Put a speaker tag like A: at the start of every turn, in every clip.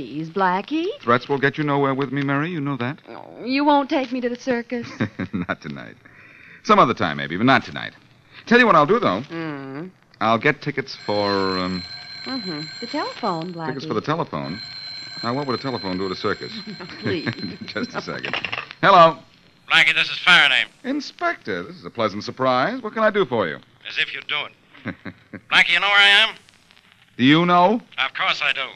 A: Blackie.
B: Threats will get you nowhere with me, Mary. You know that.
A: You won't take me to the circus.
B: not tonight. Some other time, maybe, but not tonight. Tell you what I'll do, though.
A: Mm.
B: I'll get tickets for um,
A: Mm-hmm. The telephone, Blackie.
B: tickets for the telephone. Now, what would a telephone do at a circus?
A: Please.
B: Just a second. Hello,
C: Blackie, this is Faraday.
B: Inspector. This is a pleasant surprise. What can I do for you?
C: As if you do it. Blackie, you know where I am?
B: do you know?
C: Of course I do.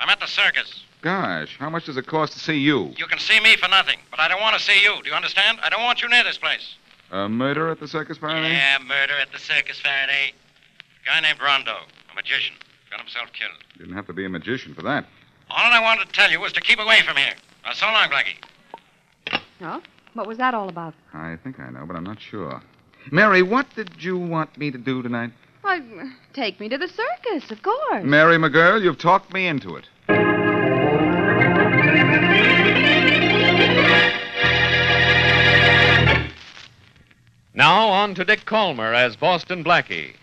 C: I'm at the circus.
B: Gosh, how much does it cost to see you?
C: You can see me for nothing, but I don't want to see you. Do you understand? I don't want you near this place.
B: A murder at the circus, Faraday?
C: Yeah, murder at the circus, Faraday. Guy named Rondo, a magician, got himself killed.
B: Didn't have to be a magician for that.
C: All I wanted to tell you was to keep away from here. Now, so long, Blackie.
A: Huh? What was that all about?
B: I think I know, but I'm not sure. Mary, what did you want me to do tonight?
A: Why, take me to the circus, of course.
B: Mary, my girl, you've talked me into it.
D: Now on to Dick Colmer as Boston Blackie.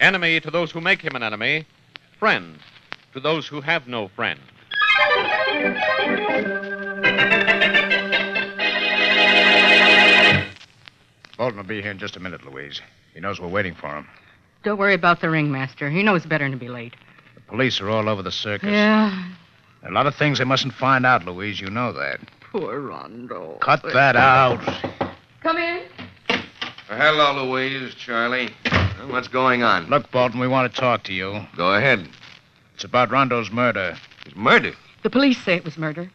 D: Enemy to those who make him an enemy, friend to those who have no friend.
E: Bolton will be here in just a minute, Louise. He knows we're waiting for him.
F: Don't worry about the ringmaster. He knows better than to be late.
E: The police are all over the circus.
F: Yeah.
E: There are a lot of things they mustn't find out, Louise. You know that.
F: Poor Rondo.
E: Cut that out.
F: Come in.
G: Hello, Louise, Charlie. Well, What's going on?
E: Look, Bolton, we want to talk to you.
G: Go ahead.
E: It's about Rondo's murder.
G: It's murder.
F: The police say it was murder.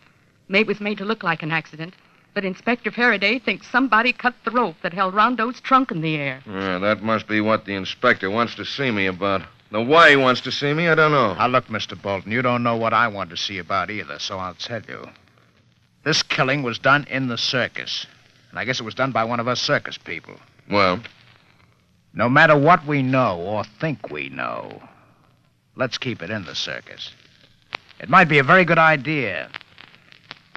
F: It was made to look like an accident. But Inspector Faraday thinks somebody cut the rope that held Rondo's trunk in the air.
G: Yeah, that must be what the inspector wants to see me about. Now, why he wants to see me, I don't know.
E: Now, look, Mr. Bolton, you don't know what I want to see about either, so I'll tell you. This killing was done in the circus. And I guess it was done by one of us circus people.
G: Well,
E: No matter what we know or think we know, let's keep it in the circus. It might be a very good idea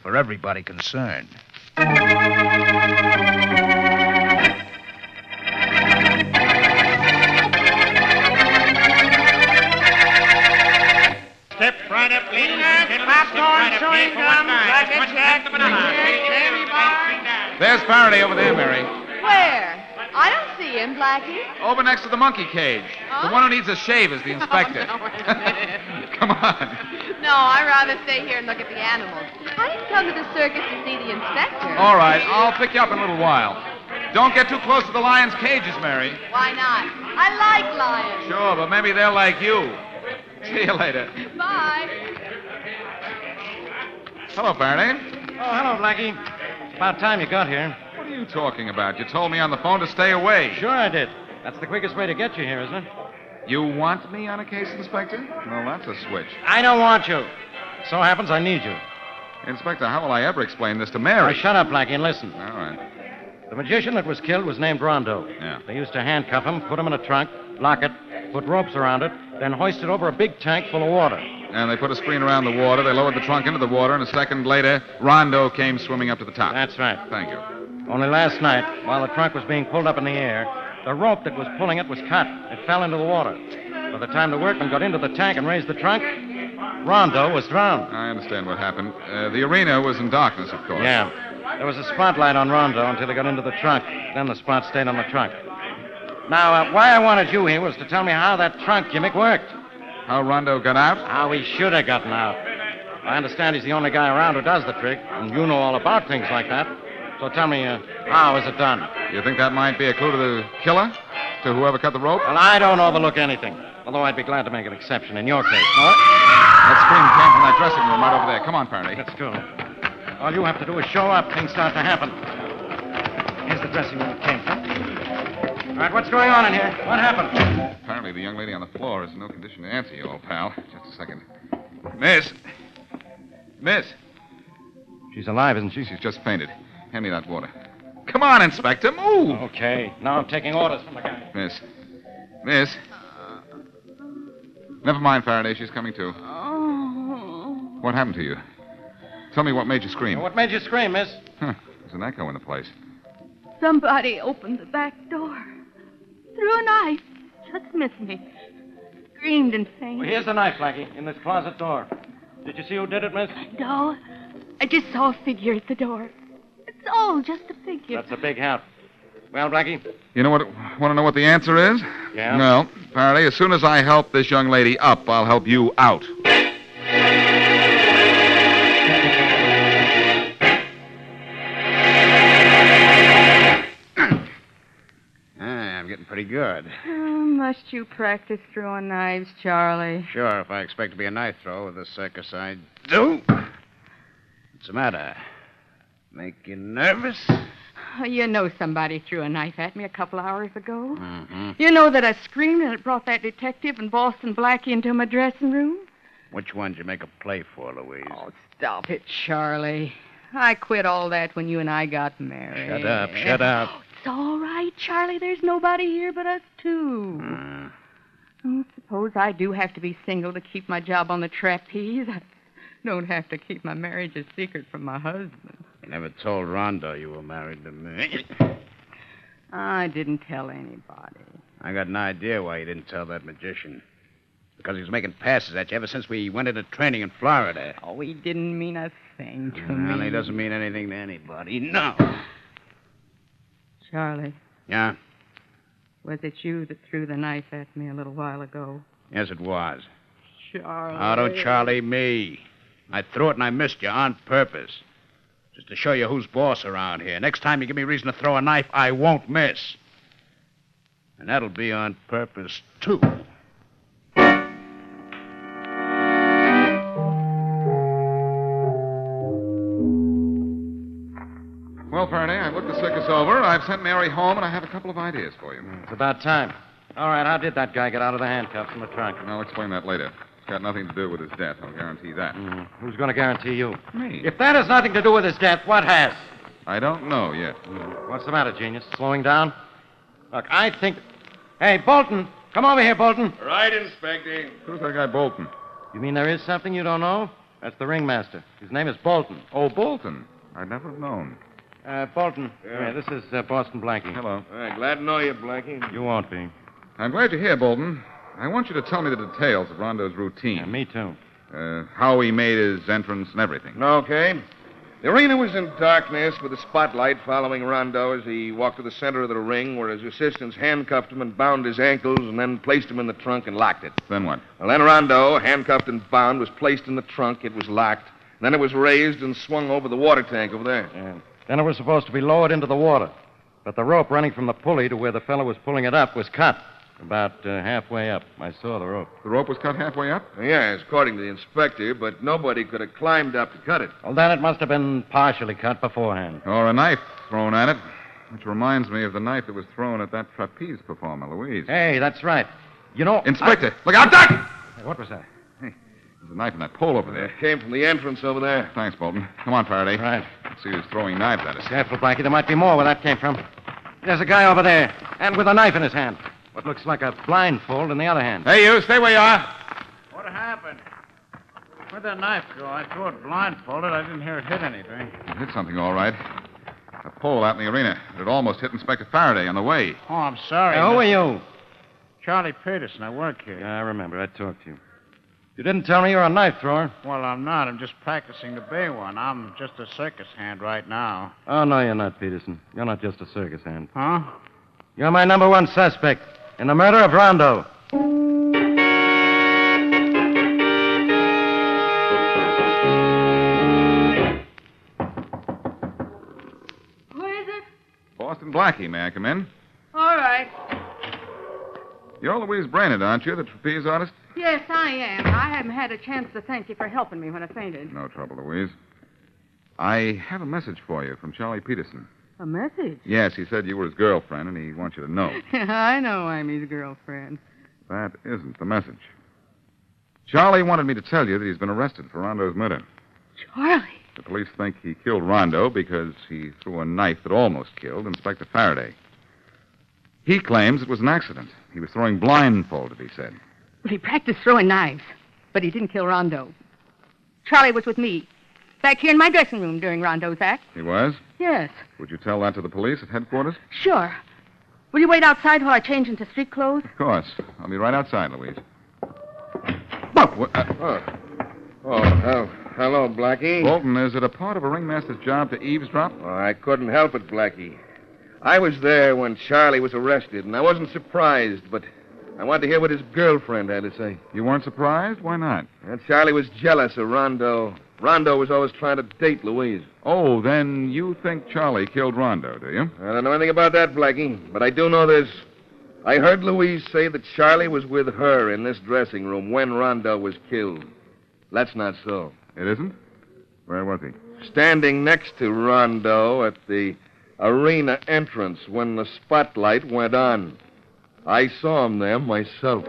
E: for everybody concerned.
C: Step right up, ladies. Step popcorn, chewing gum, racket jack, candy bar.
B: There's Faraday over there, Mary.
A: Where? I don't see him, Blackie.
B: Over next to the monkey cage. The one who needs a shave is the inspector.
A: Oh, no, wait a minute.
B: Come on.
A: No, I'd rather stay here and look at the animals. I didn't come to the circus to see the inspector.
B: All right, I'll pick you up in a little while. Don't get too close to the lion's cages, Mary.
A: Why not? I like lions.
B: Sure, but maybe they'll like you. See you later.
A: Bye.
B: Hello, Faraday.
H: Oh, hello, Blackie. It's about time you got here.
B: What are you talking about? You told me on the phone to stay away.
H: Sure, I did. That's the quickest way to get you here, isn't it?
B: You want me on a case, Inspector? Well, that's a switch.
H: I don't want you. So happens I need you.
B: Inspector, how will I ever explain this to
H: Now,
B: Mary?
H: shut up, Blackie, and listen.
B: All right.
H: The magician that was killed was named Rondo.
B: Yeah.
H: They used to handcuff him, put him in a trunk, lock it, put ropes around it, then hoist it over a big tank full of water.
B: And they put a screen around the water. They lowered the trunk into the water, and a second later, Rondo came swimming up to the top.
H: That's right.
B: Thank you.
H: Only last night, while the trunk was being pulled up in the air, the rope that was pulling it was cut. It fell into the water. By the time the workmen got into the tank and raised the trunk, Rondo was drowned.
B: I understand what happened. Uh, the arena was in darkness, of course.
H: Yeah. There was a spotlight on Rondo until he got into the trunk. Then the spot stayed on the trunk. Now, uh, why I wanted you here was to tell me how that trunk gimmick worked.
B: How Rondo got out?
H: How he Ah, should have gotten out. I understand he's the only guy around who does the trick, and you know all about things like that. So tell me, uh, how is it done?
B: You think that might be a clue to the killer? To whoever cut the rope?
H: Well, I don't overlook anything. Although I'd be glad to make an exception in your case. No?
B: That scream came from that dressing room right over there. Come on, Faraday.
H: Let's go. All you have to do is show up. Things start to happen. Here's the dressing room it came from. All right, what's going on in here? What happened?
B: Apparently, the young lady on the floor is in no condition to answer you, old pal. Just a second. Miss. Miss.
H: She's alive, isn't she?
B: She's just fainted. Hand me that water. Come on, Inspector. Move.
H: Oh. Okay. Now I'm taking orders from the guy.
B: Miss. Miss. Never mind, Faraday. She's coming to.
A: Oh.
B: What happened to you? Tell me what made you scream.
H: What made you scream, miss?
B: Huh. There's an echo in the place.
A: Somebody opened the back door. Threw a knife.
F: Just missed me. Screamed and fainted.
H: Well, here's the knife, Blackie, in this closet door. Did you see who did it, miss?
A: No, I just saw a figure at the door. It's all just a figure.
H: That's a big help. Well, Blackie,
B: You know what? Want to know what the answer is?
H: Yeah?
B: No. Apparently, as soon as I help this young lady up, I'll help you out.
E: Ah, I'm getting pretty good.
F: Oh, must you practice throwing knives, Charlie?
E: Sure, if I expect to be a knife thrower with this circus, I do. What's the matter? Make you nervous?
A: Oh,
F: You know somebody threw a knife at me a couple hours ago.
E: Mm-hmm.
F: You know that I screamed and it brought that detective and Boston Blackie into my dressing room?
E: Which one'd you make a play for, Louise? Oh,
F: stop it, Charlie. I quit all that when you and I got married. Oh,
E: Shut up, shut up.
F: It's all right, Charlie. There's nobody here but us two.
E: Mm-hmm.
F: Oh, suppose I do have to be single to keep my job on the trapeze. I don't have to keep my marriage a secret from my husband.
E: You never told Rondo you were married to me.
F: I didn't tell anybody.
E: I got an idea why you didn't tell that magician. Because he was making passes at you ever since we went into training in Florida.
F: Oh, he didn't mean a thing to me.
E: Well, he doesn't mean anything to anybody. No.
F: Charlie,
E: Yeah?
F: was it you that threw the knife at me a little while ago?
E: Yes, it was.
F: Charlie.
E: Oh, don't Charlie me. I threw it and I missed you on purpose. Just to show you who's boss around here. Next time you give me reason to throw a knife, I won't miss. And that'll be on purpose, too.
B: Well, Faraday, I've looked the circus over. I've sent Mary home, and I have a couple of ideas for you.
H: it's about time. All right, how did that guy get out of the handcuffs from the trunk?
B: I'll explain that later. It's got nothing to do with his death. I'll guarantee that.
H: Hmm, Who's going to guarantee you?
B: Me.
H: If that has nothing to do with his death, what has?
B: I don't know yet.
H: What's the matter, genius? Slowing down? Look, I think. Hey, Bolton! Come over here, Bolton!
I: Right, Inspector.
B: Who's that guy Bolton?
H: You mean there is something you don't know? That's the ringmaster. His name is Bolton.
B: Oh, Bolton. I never have known.
H: Uh, Bolton. Yeah,
I: Yeah.
H: this is uh, Boston Blackie.
B: Hello.
I: glad to know you, Blackie.
H: You won't be.
B: I'm glad you're here, Bolton. I want you to tell me the details of Rondo's routine.
H: me too.
B: Uh, how he made his entrance and everything.
I: Okay. The arena was in darkness with the spotlight following Rondo as he walked to the center of the ring where his assistants handcuffed him and bound his ankles and then placed him in the trunk and locked it.
B: Then what?
I: Well, then Rondo, handcuffed and bound, was placed in the trunk. It was locked. Then it was raised and swung over the water tank over there.
H: Then it was supposed to be lowered into the water. But the rope running from the pulley to where the fellow was pulling it up was cut. About uh, halfway up. I saw the rope.
B: The rope was cut halfway up?
I: Yes, according to the inspector, but nobody could have climbed up to cut it.
H: Well, then it must have been partially cut beforehand.
B: Or a knife thrown at it, which reminds me of the knife that was thrown at that trapeze performer, Louise.
H: Hey, that's right. You know.
B: Inspector, look out, Doc!
H: Hey, what was that?
B: There's a knife in that pole over there.
I: Came from the entrance over there.
B: Thanks, Bolton. Come on, Faraday.
H: Right.
B: Let's see who's throwing knives at us.
H: Careful, Blackie. There might be more where that came from. There's a guy over there, and with a knife in his hand. What looks like a blindfold in the other hand.
B: Hey, you, stay where you are.
E: What happened? Where'd that knife go? I threw it blindfolded. I didn't hear it hit anything.
B: It hit something, all right. A pole out in the arena. It had almost hit Inspector Faraday on the way.
E: Oh, I'm sorry.
H: Hey, who are you?
E: Charlie Peterson. I work here.
H: I remember. I talked to you. You didn't tell me you're a knife thrower.
E: Well, I'm not. I'm just practicing to be one. I'm just a circus hand right now.
H: Oh, no, you're not, Peterson. You're not just a circus hand.
E: Huh?
H: You're my number one suspect in the murder of Rondo.
J: Who is it?
B: Boston Blackie, may I come in?
J: All right.
B: You're Louise Brainerd, aren't you, the trapeze artist?
K: Yes, I am. I haven't had a chance to thank you for helping me when I fainted.
B: No trouble, Louise. I have a message for you from Charlie Peterson.
K: A message?
B: Yes, he said you were his girlfriend, and he wants you to know.
K: I know I'm his girlfriend.
B: That isn't the message. Charlie wanted me to tell you that he's been arrested for Rondo's murder.
K: Charlie.
B: The police think he killed Rondo because he threw a knife that almost killed Inspector Faraday. He claims it was an accident. He was throwing blindfolded, he said.
K: Well, he practiced throwing knives, but he didn't kill Rondo. Charlie was with me, back here in my dressing room during Rondo's act.
B: He was?
K: Yes,
B: Would you tell that to the police at headquarters?
K: sure. Will you wait outside while I change into street clothes?
B: Of course. I'll be right outside, Louise. Look, wha- uh,
I: Oh, hell. hello, Blackie.
B: Bolton, is it a part of a ringmaster's job to eavesdrop?
I: Oh, I couldn't help it, Blackie. I was there when Charlie was arrested, and I wasn't surprised, but I wanted to hear what his girlfriend had to say.
B: You weren't surprised? Why not?
I: And Charlie was jealous of Rondo. Rondo was always trying to date Louise.
B: Oh, then you think Charlie killed Rondo, do you?
I: I don't know anything about that, Blackie, but I do know this. I heard Louise say that Charlie was with her in this dressing room when Rondo was killed. That's not so.
B: It isn't? Where was he?
I: Standing next to Rondo at the arena entrance when the spotlight went on. I saw him there myself.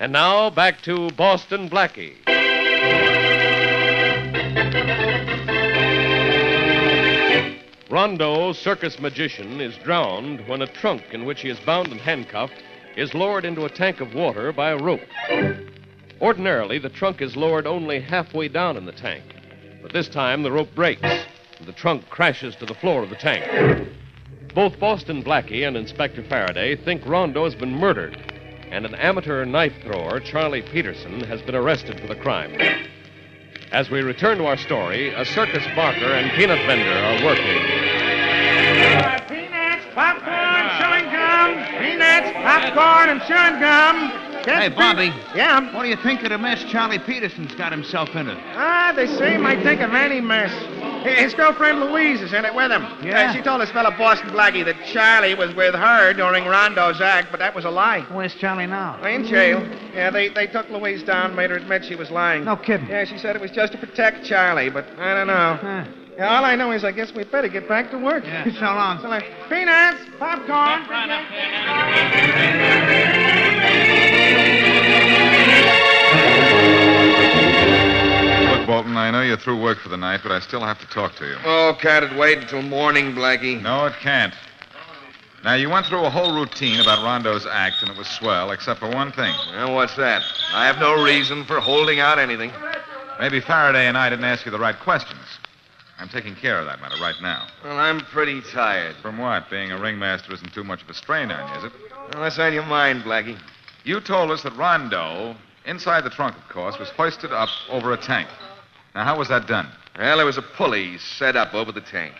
D: And now back to Boston Blackie. Rondo, circus magician, is drowned when a trunk in which he is bound and handcuffed is lowered into a tank of water by a rope. Ordinarily, the trunk is lowered only halfway down in the tank, but this time the rope breaks and the trunk crashes to the floor of the tank. Both Boston Blackie and Inspector Faraday think Rondo has been murdered, and an amateur knife thrower, Charlie Peterson, has been arrested for the crime. As we return to our story, a circus barker and peanut vendor are working.
C: Uh, Peanuts, popcorn, chewing gum. Peanuts, popcorn, and chewing gum. That's
L: Hey, Bobby.
C: Yeah?
L: What do you think of the mess Charlie Peterson's got himself into?
C: Ah, they seem I think of any mess. His girlfriend Louise is in it with him.
L: Yeah?
C: Uh, she told this fellow Boston Blackie that Charlie was with her during Rondo's act, but that was a lie.
L: Where's Charlie now?
C: In jail. Yeah, they, they took Louise down, made her admit she was lying.
L: No kidding.
C: Yeah, she said it was just to protect Charlie, but I don't know. Yeah, all I know is I guess we better get back to work. Yeah, so long. So long. Peanuts, popcorn.
B: Look, Bolton, I know you're through work for the night, but I still have to talk to you.
I: Oh, can't it wait until morning, Blackie?
B: No, it can't. Now, you went through a whole routine about Rondo's act, and it was swell, except for one thing.
I: Well, what's that? I have no reason for holding out anything.
B: Maybe Faraday and I didn't ask you the right questions. I'm taking care of that matter right now.
I: Well, I'm pretty tired.
B: From what? Being a ringmaster isn't too much of a strain on you, is it?
I: Well, that's on your mind, Blackie.
B: You told us that Rondo, inside the trunk, of course, was hoisted up over a tank. Now, how was that done?
I: Well, there was a pulley set up over the tank.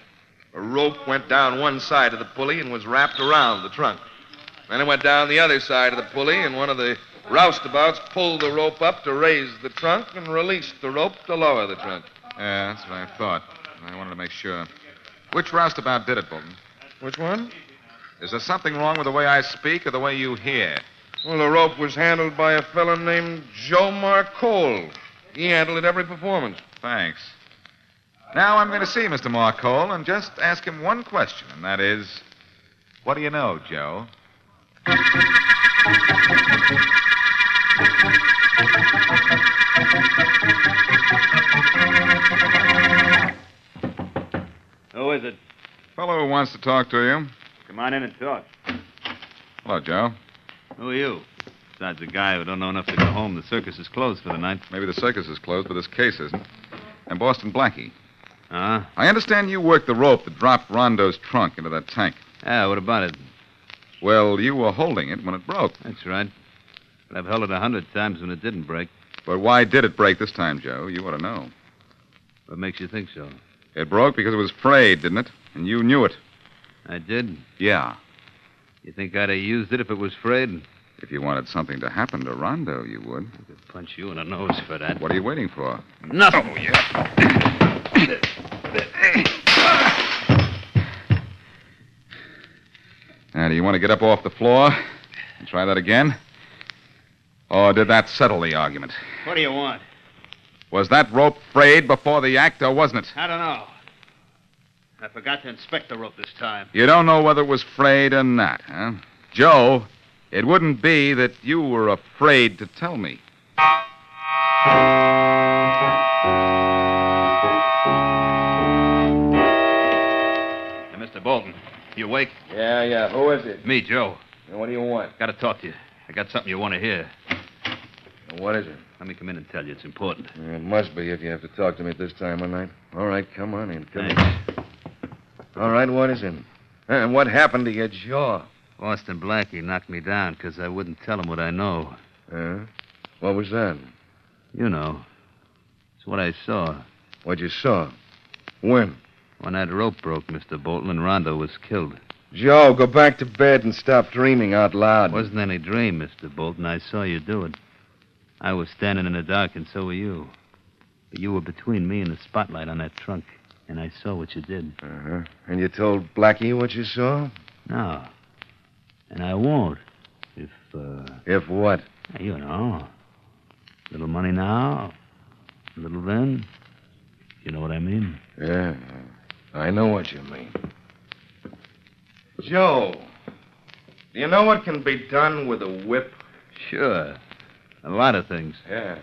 I: A rope went down one side of the pulley and was wrapped around the trunk. Then it went down the other side of the pulley, and one of the roustabouts pulled the rope up to raise the trunk and released the rope to lower the trunk.
B: Yeah, that's what I thought. I wanted to make sure. Which roustabout did it, Bolton?
I: Which one?
B: Is there something wrong with the way I speak or the way you hear?
I: Well, the rope was handled by a fellow named Joe Marcole. He handled it every performance.
B: Thanks. Now I'm going to see Mr. Marcole and just ask him one question, and that is, what do you know, Joe?
M: Who is it?
B: Fellow who wants to talk to you.
M: Come on in and talk.
B: Hello, Joe.
M: Who are you? Besides a guy who don't know enough to go home, the circus is closed for the night.
B: Maybe the circus is closed, but this case isn't. And Boston Blackie.
M: Huh?
B: I understand you worked the rope that dropped Rondo's trunk into that tank.
M: Yeah, what about it?
B: Well, you were holding it when it broke.
M: That's right. But I've held it a hundred times when it didn't break.
B: But why did it break this time, Joe? You ought to know.
M: What makes you think so?
B: It broke because it was frayed, didn't it? And you knew it.
M: I did.
B: Yeah.
M: You think I'd have used it if it was frayed?
B: If you wanted something to happen to Rondo, you would. I
M: could punch you in the nose for that.
B: What are you waiting for?
M: Nothing.
B: Oh, yeah. Now, do you want to get up off the floor and try that again? Or did that settle the argument?
M: What do you want?
B: Was that rope frayed before the act, or wasn't it?
M: I don't know. I forgot to inspect the rope this time.
B: You don't know whether it was frayed or not, huh? Joe, it wouldn't be that you were afraid to tell me.
M: Hey, Mr. Bolton, you awake?
I: Yeah, yeah. Who is it?
M: Me, Joe.
I: what do you want?
M: Got to talk to you. I got something you want to hear.
I: What is it?
M: Let me come in and tell you. It's important.
I: It must be if you have to talk to me at this time of night. All right, come on in. Come in. All right, what is it? And what happened to your jaw?
M: Boston Blackie knocked me down because I wouldn't tell him what I know.
I: Huh? What was that?
M: You know. It's what I saw.
I: What you saw? When?
M: When that rope broke, Mr. Bolton, and Rondo was killed.
I: Joe, go back to bed and stop dreaming out loud.
M: It wasn't any dream, Mr. Bolton. I saw you do it. I was standing in the dark, and so were you. But you were between me and the spotlight on that trunk, and I saw what you did.
I: Uh-huh. And you told Blackie what you saw?
M: No. And I won't. If, uh.
I: If what?
M: You know. Little money now, little then. You know what I mean?
I: Yeah, I know what you mean. Joe, do you know what can be done with a whip?
M: Sure. A lot of things.
I: Yeah.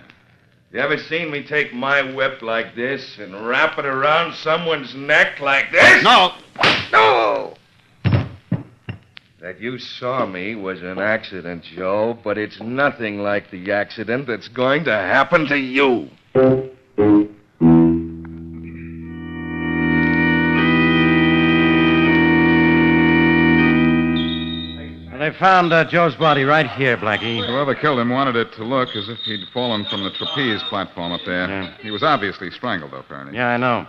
I: You ever seen me take my whip like this and wrap it around someone's neck like this?
M: No!
I: No! That you saw me was an accident, Joe, but it's nothing like the accident that's going to happen to you.
H: They found uh, Joe's body right here, Blackie.
B: Whoever killed him wanted it to look as if he'd fallen from the trapeze platform up there. He was obviously strangled, though, Faraday.
H: Yeah, I know.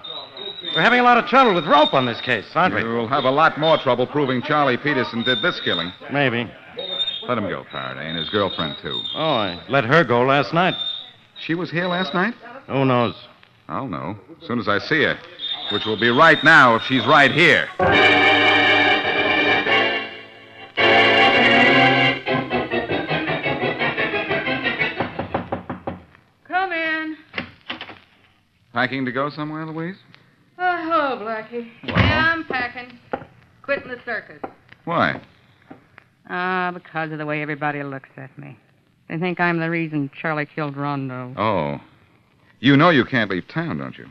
H: We're having a lot of trouble with rope on this case, aren't we?
B: You'll have a lot more trouble proving Charlie Peterson did this killing.
H: Maybe.
B: Let him go, Faraday, and his girlfriend, too.
H: Oh, I let her go last night.
B: She was here last night?
H: Who knows?
B: I'll know as soon as I see her, which will be right now if she's right here.
J: Come in.
B: Packing to go somewhere, Louise?
J: Oh, Blackie. Yeah, I'm packing. Quitting the circus.
B: Why?
F: Ah, because of the way everybody looks at me. They think I'm the reason Charlie killed Rondo.
B: Oh. You know you can't leave town, don't you?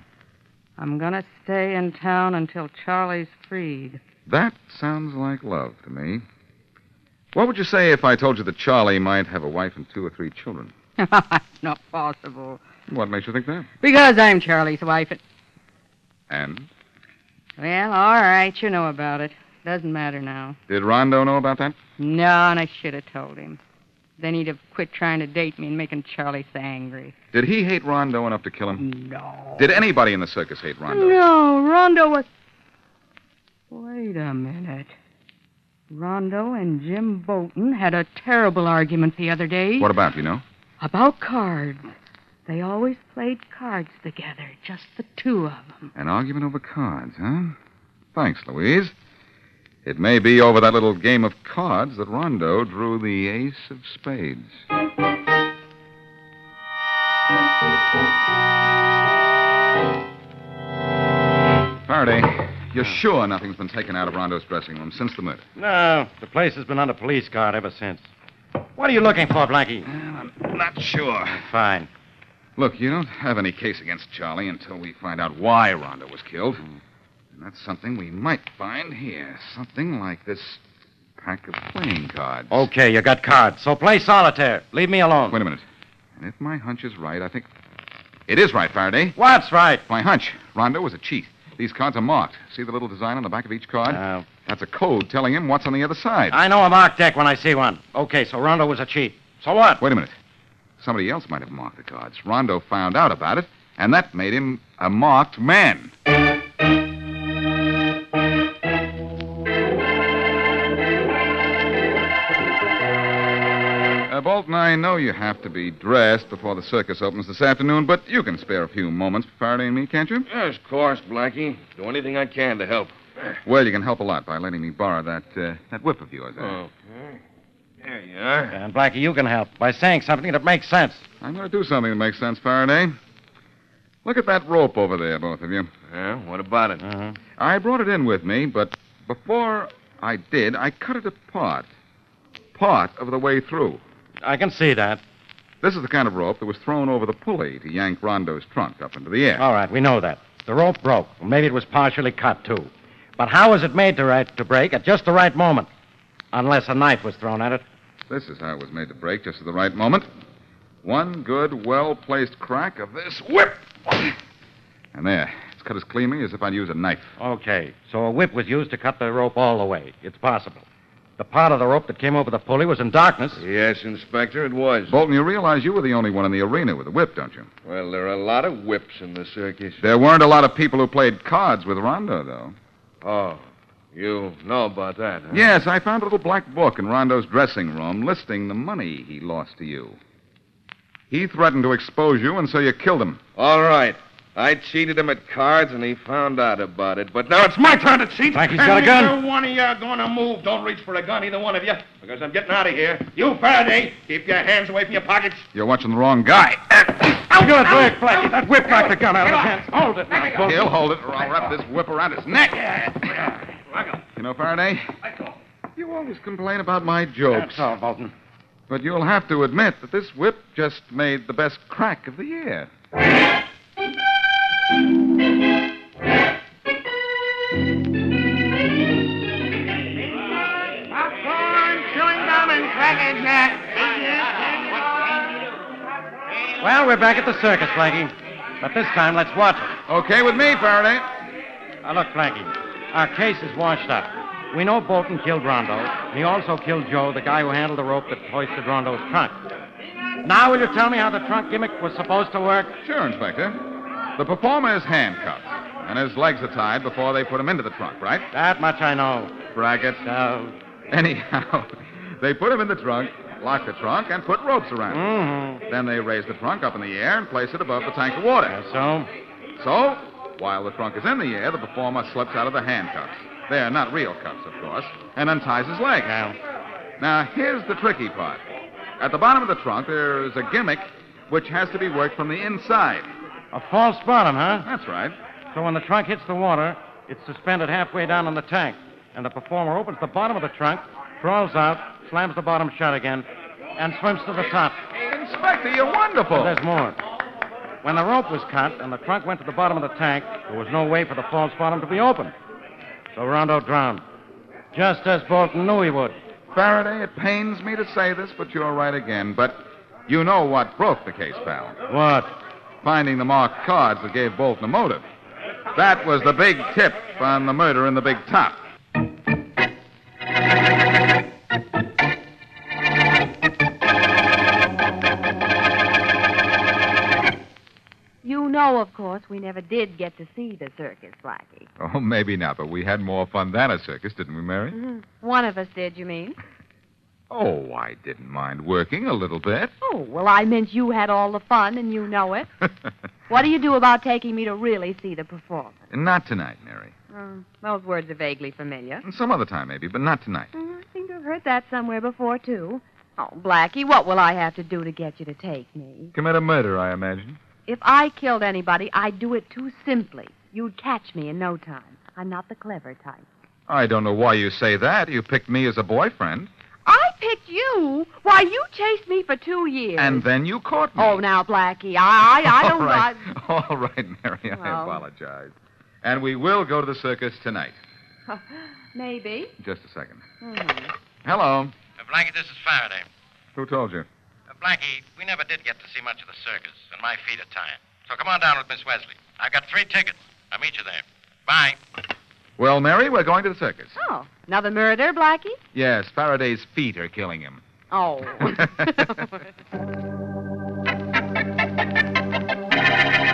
F: I'm gonna stay in town until Charlie's freed.
B: That sounds like love to me. What would you say if I told you that Charlie might have a wife and two or three children?
F: Not possible.
B: What makes you think that?
F: Because I'm Charlie's wife. and-
B: And?
F: Well, all right, you know about it. Doesn't matter now.
B: Did Rondo know about that?
F: No, and I should have told him. Then he'd have quit trying to date me and making Charlie so angry.
B: Did he hate Rondo enough to kill him?
F: No.
B: Did anybody in the circus hate Rondo?
F: No, Rondo was. Wait a minute. Rondo and Jim Bolton had a terrible argument the other day.
B: What about, you know?
F: About cards. They always played cards together, just the two of them.
B: An argument over cards, huh? Thanks, Louise. It may be over that little game of cards that Rondo drew the ace of spades. Faraday, you're sure nothing's been taken out of Rondo's dressing room since the murder?
H: No, the place has been under police guard ever since. What are you looking for, Blackie?
B: Not sure.
H: Fine.
B: Look, you don't have any case against Charlie until we find out why Rondo was killed.
H: Hmm.
B: And that's something we might find here. Something like this pack of playing cards.
H: Okay, you got cards, so play solitaire. Leave me alone.
B: Wait a minute. And if my hunch is right, I think. It is right, Faraday.
H: What's right?
B: My hunch. Rondo was a cheat. These cards are marked. See the little design on the back of each card?
H: Uh.
B: That's a code telling him what's on the other side.
H: I know a marked deck when I see one. Okay, so Rondo was a cheat. So what?
B: Wait a minute. Somebody else might have marked the cards. Rondo found out about it, and that made him a marked man. Uh, Bolton, I know you have to be dressed before the circus opens this afternoon, but you can spare a few moments for Faraday and me, can't you?
I: Yes, of course, Blackie. Do anything I can to help.
B: Well, you can help a lot by letting me borrow that uh, that whip of yours. Oh.
I: Hmm. There you are.
H: And Blackie, you can help by saying something that makes sense.
B: I'm going to do something that makes sense, Faraday. Look at that rope over there, both of you.
I: Yeah, what about it?
H: Uh-huh.
B: I brought it in with me, but before I did, I cut it apart. Part of the way through.
H: I can see that.
B: This is the kind of rope that was thrown over the pulley to yank Rondo's trunk up into the air.
H: All right, we know that. The rope broke. Maybe it was partially cut, too. But how was it made to, right, to break at just the right moment? Unless a knife was thrown at it.
B: This is how it was made to break just at the right moment. One good, well placed crack of this whip. And there, it's cut as cleanly as if I'd used a knife.
H: Okay, so a whip was used to cut the rope all the way. It's possible. The part of the rope that came over the pulley was in darkness.
I: Yes, Inspector, it was.
B: Bolton, you realize you were the only one in the arena with a whip, don't you?
I: Well, there are a lot of whips in the circus.
B: There weren't a lot of people who played cards with Rondo, though.
I: Oh, you know about that, huh?
B: Yes, I found a little black book in Rondo's dressing room listing the money he lost to you. He threatened to expose you, and so you killed him.
I: All right. I cheated him at cards, and he found out about it. But now it's my turn to cheat.
H: Frankie's
I: And
H: got a gun.
I: Neither one of you are going to move. Don't reach for a gun, either one of you, because I'm getting out of here. You, Faraday, keep your hands away from your pockets.
B: You're watching the wrong guy.
H: Good work, Blackie. That whip knocked the gun out of his hands. Hold it now, Bolton.
B: He'll hold it, or I'll wrap this whip around his neck. You know, Faraday, you always complain about my jokes.
H: That's all, Bolton.
B: But you'll have to admit that this whip just made the best crack of the year.
C: Popcorn, chewing gum, and cracker
H: Well, we're back at the circus, Blackie. But this time, let's watch it.
B: Okay with me, Faraday.
H: Now, look, Blackie, our case is washed up. We know Bolton killed Rondo, and he also killed Joe, the guy who handled the rope that hoisted Rondo's trunk. Now, will you tell me how the trunk gimmick was supposed to work?
B: Sure, Inspector. The performer is handcuffed, and his legs are tied before they put him into the trunk, right?
H: That much I know. Uh,
B: Bracket. Anyhow, they put him in the trunk, lock the trunk, and put ropes around him.
H: Mm-hmm.
B: Then they raise the trunk up in the air and place it above the tank of water.
H: so?
B: So, while the trunk is in the air, the performer slips out of the handcuffs. They're not real cuffs, of course, and unties his leg. Now, here's the tricky part. At the bottom of the trunk, there is a gimmick which has to be worked from the inside.
H: A false bottom, huh?
B: That's right.
H: So when the trunk hits the water, it's suspended halfway down in the tank, and the performer opens the bottom of the trunk, crawls out, slams the bottom shut again, and swims to the top.
B: Inspector, you're wonderful.
H: But there's more. When the rope was cut and the trunk went to the bottom of the tank, there was no way for the false bottom to be opened. So Rondo drowned. Just as Bolton knew he would.
B: Faraday, it pains me to say this, but you're right again. But you know what broke the case, pal.
H: What?
B: Finding the marked cards that gave Bolton a motive. That was the big tip on the murder in the big top.
A: You know, of course, we never did get to see the circus, Blackie.
B: Oh, maybe not, but we had more fun than a circus, didn't we, Mary?
A: Mm-hmm. One of us did, you mean?
B: Oh, I didn't mind working a little bit.
A: Oh, well, I meant you had all the fun, and you know it. what do you do about taking me to really see the performance?
B: Not tonight, Mary.
A: Mm, those words are vaguely familiar.
B: Some other time, maybe, but not tonight.
A: Mm, I think I've heard that somewhere before, too. Oh, Blackie, what will I have to do to get you to take me?
B: Commit a murder, I imagine.
A: If I killed anybody, I'd do it too simply. You'd catch me in no time. I'm not the clever type.
B: I don't know why you say that. You picked me as a boyfriend,
A: I picked you. Why, you chased me for two years.
B: and then you caught me.
A: Oh, now, Blackie, I, I, I don't.
B: All right, All right Mary, I
A: Well.
B: apologize. And we will go to the circus tonight.
A: I- Maybe.
B: Just a second.
A: Mhm.
B: Hello.
N: Uh, Blackie, this is Faraday.
B: Who told you?
N: Uh, Blackie, we never did get to see much of the circus, and my feet are tired. So come on down with Miss Wesley. I got three tickets. I'll meet you there. Bye.
B: Well, Mary, we're going to the circus.
A: Oh, another murder, Blackie?
B: Yes, Faraday's feet are killing him.
A: Oh.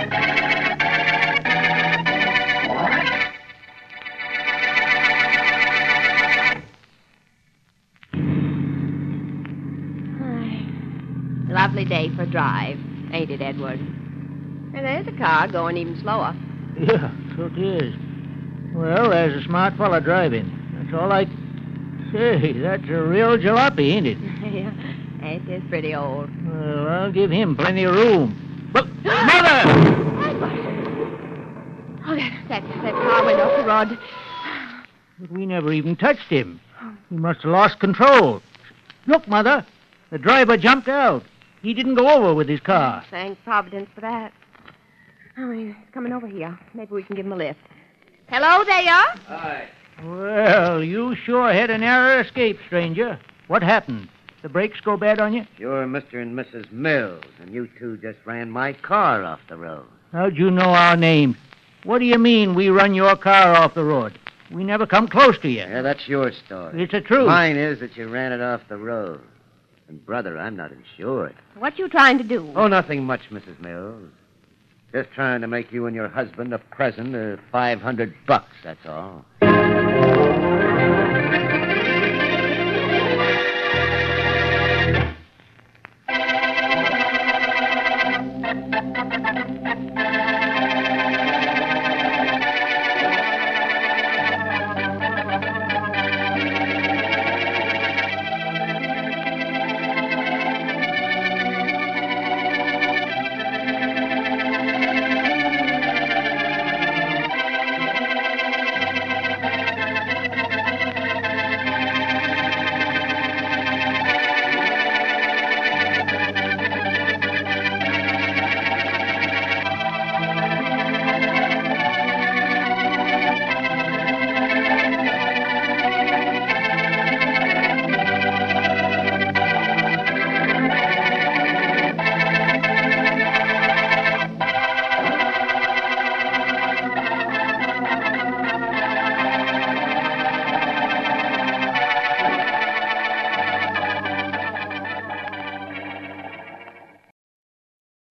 A: Lovely day for a drive, ain't it, Edward? And there's a car going even slower.
O: Yeah, so it is. Well, there's a smart fella driving. That's all I. Say, that's a real jalopy, ain't it?
A: yeah, ain't this pretty old?
O: Well, I'll give him plenty of room. But,
A: Mother! Oh, that, that, that car went off the road.
O: but we never even touched him. He must have lost control. Look, Mother, the driver jumped out. He didn't go over with his car.
A: Thank Providence for that. Oh, he's coming over here. Maybe we can give him a lift. Hello there. Hi.
O: Well, you sure had a narrow escape, stranger. What happened? The brakes go bad on you?
P: You're Mr. and Mrs. Mills, and you two just ran my car off the road.
O: How'd you know our names? What do you mean we run your car off the road? We never come close to you.
P: Yeah, that's your story.
O: It's the truth.
P: Mine is that you ran it off the road. And, brother, I'm not insured.
A: What you trying to do?
P: Oh, nothing much, Mrs. Mills. Just trying to make you and your husband a present of 500 bucks, that's all.